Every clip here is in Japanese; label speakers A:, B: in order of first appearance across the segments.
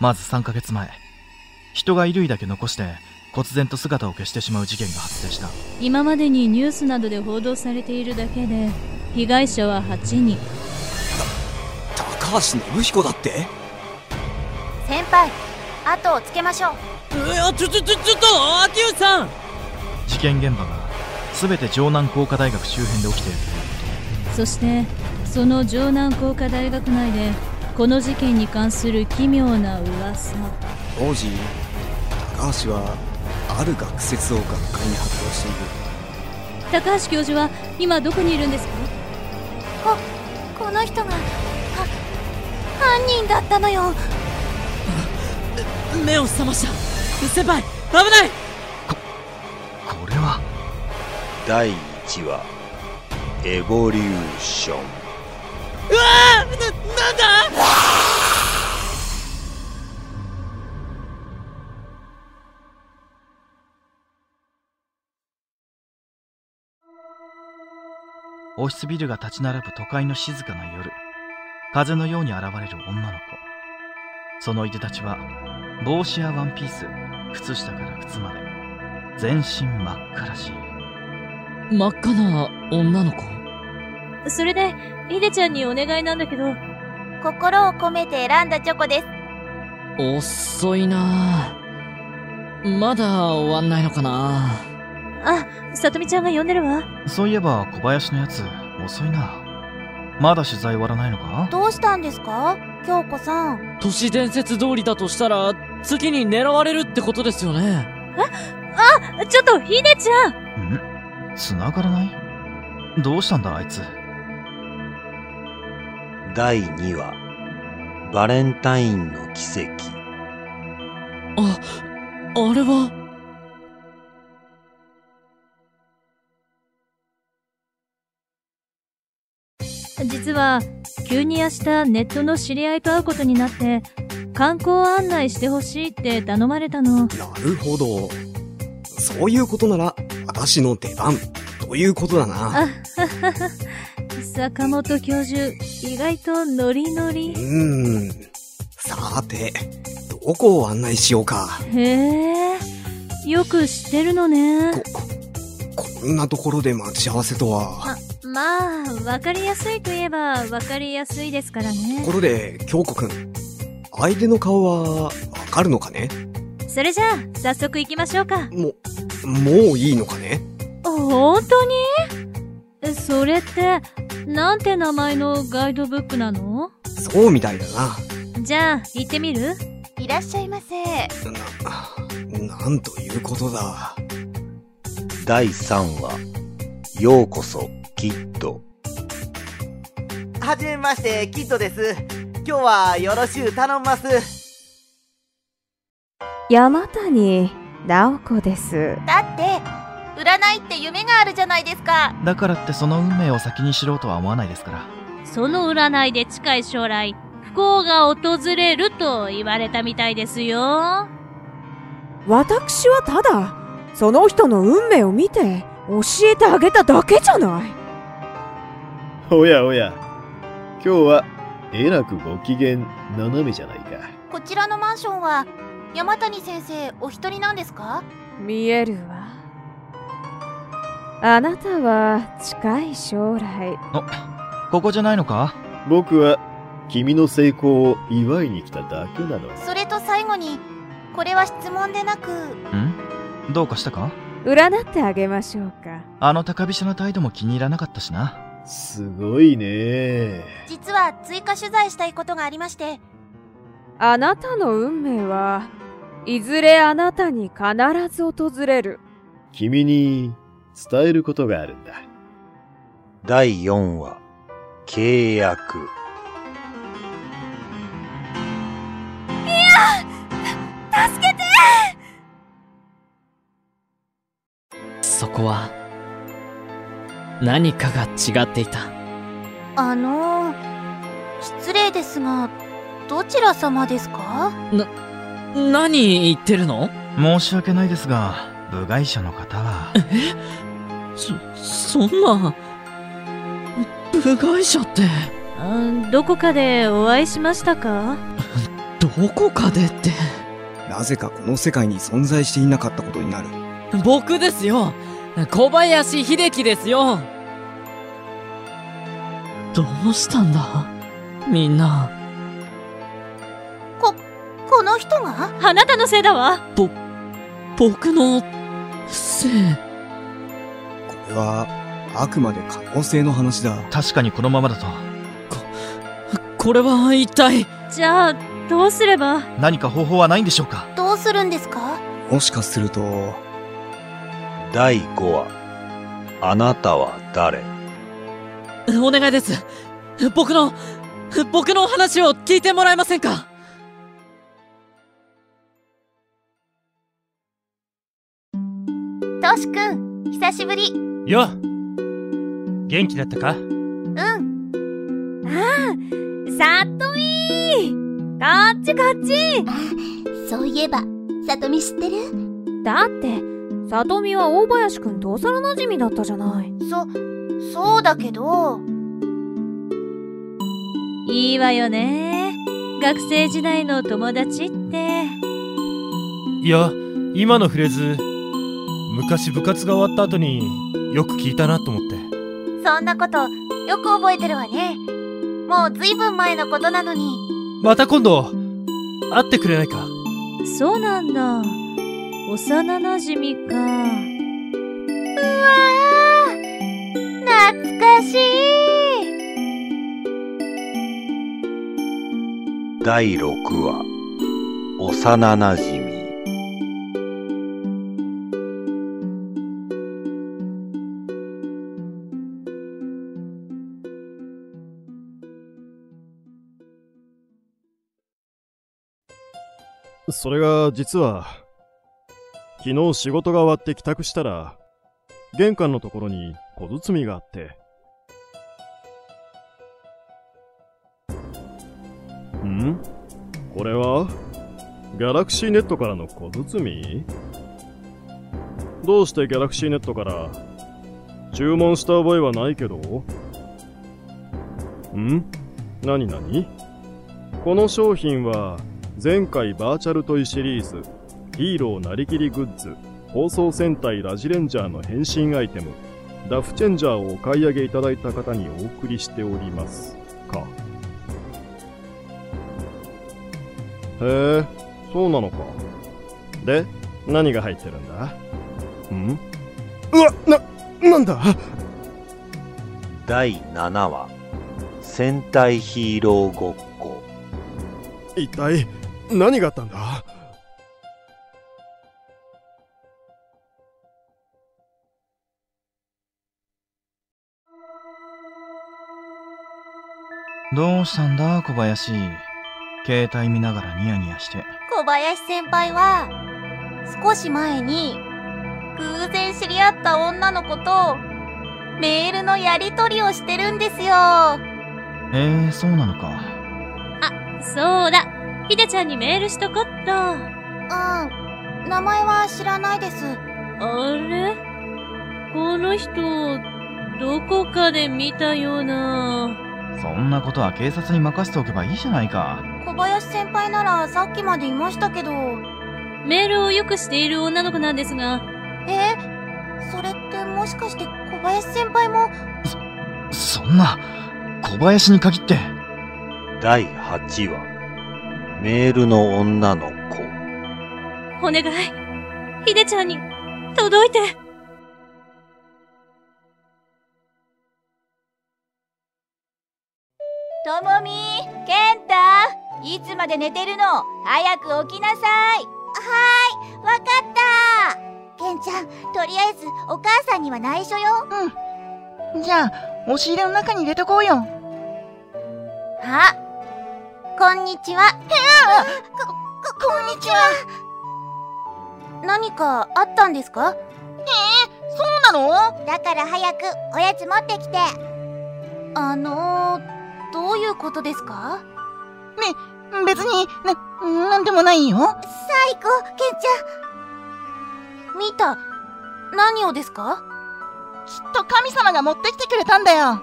A: まず3ヶ月前人が衣類だけ残して忽然と姿を消してしまう事件が発生した
B: 今までにニュースなどで報道されているだけで被害者は8人
C: 高橋信彦だって
D: 先輩後をつけましょう
E: いやちょちょちょちょっと秋吉さん
A: 事件現場が全て城南工科大学周辺で起きている
B: そしてその城南工科大学内でこの事件に関する奇妙な噂
C: 当時高橋はある学説を学会に発表している
B: 高橋教授は今どこにいるんですか
D: ここの人がは犯人だったのよ
E: 目を覚ました先輩危ない
A: これは
F: 第1話エボリューション
E: うわあななんだ
A: オフィスビルが立ち並ぶ都会の静かな夜風のように現れる女の子そのいでたちは帽子やワンピース靴下から靴まで全身真っ赤らしい
G: 真っ赤な女の子
B: それでヒデちゃんにお願いなんだけど
D: 心を込めて選んだチョコです
G: 遅いなあまだ終わんないのかな
B: あさとみちゃんが呼んでるわ
A: そういえば小林のやつ遅いなまだ取材終わらないのか
D: どうしたんですか京子さん
G: 都市伝説通りだとしたら次に狙われるってことですよね
B: ちょっとヒデちゃん
A: ん繋がらないどうしたんだあいつ
F: 第2話バレンタインの奇跡
G: ああれは
B: 実は急に明日ネットの知り合いと会うことになって観光案内してほしいって頼まれたの
C: なるほどそういうことなら私の出番ということだな
B: あ坂本教授意外とノリノ
C: う
B: リ
C: ーんさてどこを案内しようか
B: へえよく知ってるのね
C: ここんなところで待ち合わせとは
B: まあわかりやすいといえばわかりやすいですから
C: と
B: ね
C: ころで京子くん相手の顔はわかるのかね
B: それじゃあ早速行きましょうか
C: ももういいのかね
B: 本当にえそれってなんて名前のガイドブックなの
C: そうみたいだな
B: じゃあ行ってみる
D: いらっしゃいませ
C: な、なんということだ。
F: 第3話ようこそキッド
H: はじめまして、キッドです。今日はよろしゅう頼んます。
I: 山谷直子です
D: だって占いって夢があるじゃないですか
A: だからってその運命を先に知ろうとは思わないですから
B: その占いで近い将来、不幸が訪れると言われたみたいですよ。
I: 私はただその人の運命を見て教えてあげただけじゃない
J: おやおや、今日はえらくご機嫌斜めじゃないか。
D: こちらのマンションは山谷先生お一人なんですか
I: 見えるわあなたは近い将来
A: ここじゃないのか
J: 僕は君の成功を祝いに来ただけなの。
D: それと最後にこれは質問でなく
A: んどうかしたか
I: 占ってあげましょうか
A: あの高飛車の態度も気に入らなかったしな
J: すごいね。
D: 実は追加取材したいことがありまして
I: あなたの運命はいずれあなたに必ず訪れる
J: 君に伝えることがあるんだ。
F: 第4話契約
G: そこは何かが違っていた
D: あの失礼ですがどちら様ですか
G: 何言ってるの
A: 申し訳ないですが部外者の 方は
G: そそんな部外者って
B: うん、どこかでお会いしましたか
G: どどこかでって
C: なぜかこの世界に存在していなかったことになる。
G: 僕ですよ小林秀樹ですよどうしたんだみんな
D: この人が
B: あなたのせいだわ
G: 僕のせい
C: これは、あくまで可能性の話だ。
A: 確かにこのままだと
G: これは一体
B: じゃあどうすれば
A: 何か方法はないんでしょうか
D: どうするんですか
C: もしかすると、
F: 第5話、あなたは誰
G: お願いです僕の僕の話を聞いてもらえませんか
D: トシ君久しぶり
K: よっ元気だったか
D: うん
L: ああさとみこっちこっ
D: ちそういえばさとみ知ってる
I: だって、さとみは大林くんと幼馴染だったじゃない。
D: そそうだけど
B: いいわよね学生時代の友達って
K: いや今のフレーズ昔部活が終わった後によく聞いたなと思って
D: そんなことよく覚えてるわねもうずいぶん前のことなのに
K: また今度会ってくれないか
B: そうなんだ幼なじみか
D: うわー懐かしい
F: 第6話、幼なじみ。
J: それが実は、昨日仕事が終わって帰宅したら、玄関のところに小包があって。んこれはギャラクシーネットからの小包どうしてギャラクシーネットから注文した覚えはないけどん何何この商品は前回バーチャルトイシリーズヒーローなりきりグッズ放送戦隊ラジレンジャーの変身アイテムダフチェンジャーをお買い上げいただいた方にお送りしておりますかへえそうなのかで何が入ってるんだんうわななんだ
F: 第7話、戦隊ヒーローごっこ。
J: 一体何があったんだ
A: どうしたんだ小林携帯見ながらニヤニヤして
D: 小林先輩は少し前に偶然知り合った女の子とメールのやり取りをしてるんですよあ
A: えー、そうなのか
B: そうだひでちゃんにメールしとこっと
D: うん名前は知らないです
B: あれこの人どこかで見たような
A: そんなことは警察に任せておけばいいじゃないか
D: 小林先輩ならさっきまでいましたけど
B: メールをよくしている女の子なんですが
D: えそれってもしかして小林先輩も
A: そんな小林に限って
F: 第8話、メールの女の子。
B: お願いひでちゃんに届いて
M: ともみけんたいつまで寝てるの早く起きなさい
D: はいわかったけんちゃんとりあえずお母さんには内緒ようん
N: じゃあ、押し入れの中に入れとこうよ。
M: あ
D: こんにちはこここんにちは何かあったんですかえそうなのだから早くおやつ持ってきてあのー、どういうことですか
N: 別に、な、なんでもないよ。
D: 最高けんちゃん見た何をですか
N: きっと神様が持ってきてくれたんだよ。
D: 神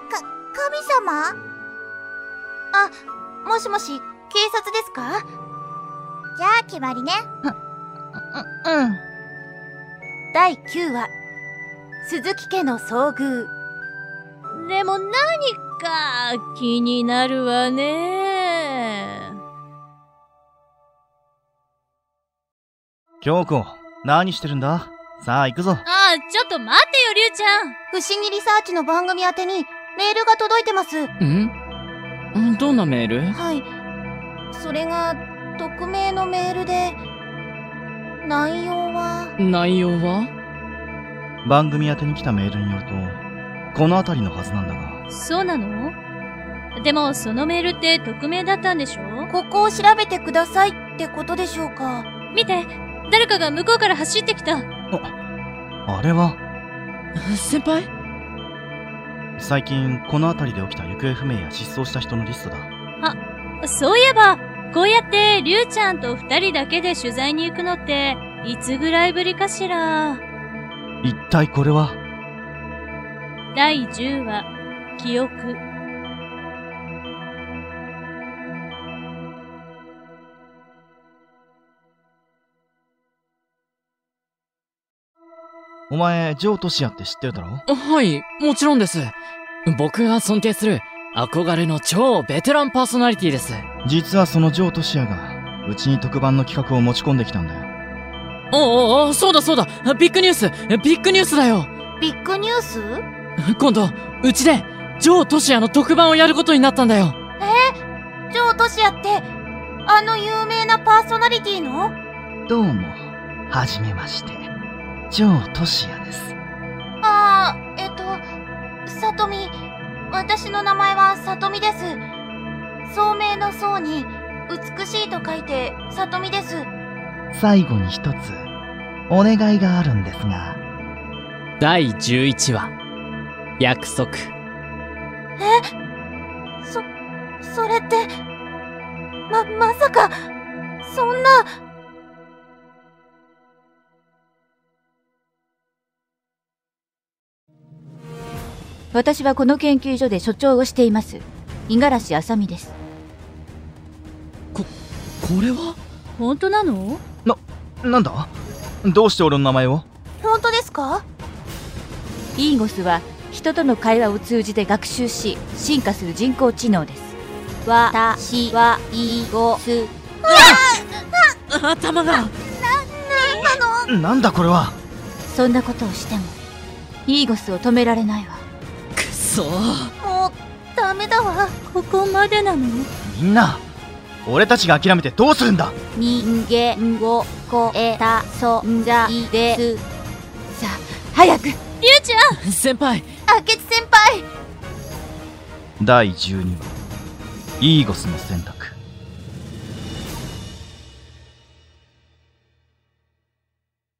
D: 様あもしもし警察ですかじゃあ決まりねううん第9話鈴木家の遭遇
B: でも何か気になるわね
A: 京子何してるんださあ行くぞ
B: ああちょっと待ってよりゅうちゃん
D: 不思議リサーチの番組宛てにメールが届いてます
G: んどんなメール
D: はいそれが匿名のメールで内容は
G: 内容は
A: 番組宛てに来たメールによるとこの辺りのはずなんだが
B: そうなのでもそのメールって匿名だったんでしょ
D: ここを調べてくださいってことでしょうか
B: 見て誰かが向こうから走ってきた
A: あれは
G: 先輩
A: 最近この辺りで起きた行方不明や失踪した人のリストだ
B: そういえばこうやってりゅうちゃんと二人だけで取材に行くのっていつぐらいぶりかしら
A: 一体これは
B: 第10話記憶
A: お前ジョー・トシヤって知ってるだろ
G: はい、もちろんです。僕が尊敬する憧れの超ベテランパーソナリティです。
A: 実はそのジョー・トシヤがうちに特番の企画を持ち込んできたんだよ
G: おうおうおうそうだそうだビッグニュースビッグニュースだよ
D: ビッグニュースえ
G: 今度、うちで、ジョー・トシヤの特番をやることになったんだよ。
D: ジョー・トシヤってあの有名なパーソナリティの
A: どうもはじめましてジョー・トシヤです
D: ああえっとさとみ私の名前はさとみです聡明の聡に美しいと書いてさとみです
O: 最後に一つお願いがあるんですが
G: 第11話、約束。
D: えそそれってままさかそんな
P: 私はこの研究所で所長をしています五十嵐あさみです
G: これは
B: 本当なの
A: なんだどうして俺の名前を
D: 本当ですか
P: イーゴスは人との会話を通じて学習し進化する人工知能です私はイーゴス
G: 頭が
A: なんだこれは
P: そんなことをしてもイーゴスを止められないわ
G: くそ
D: もうダメだわ
B: ここまでなの
A: みんな俺たちが諦めてどうするんだ
P: 人間を超えた存在ですさあ早く
B: りゅうちゃん
G: 先輩
D: 明智先輩
A: 第12話イーゴスの選択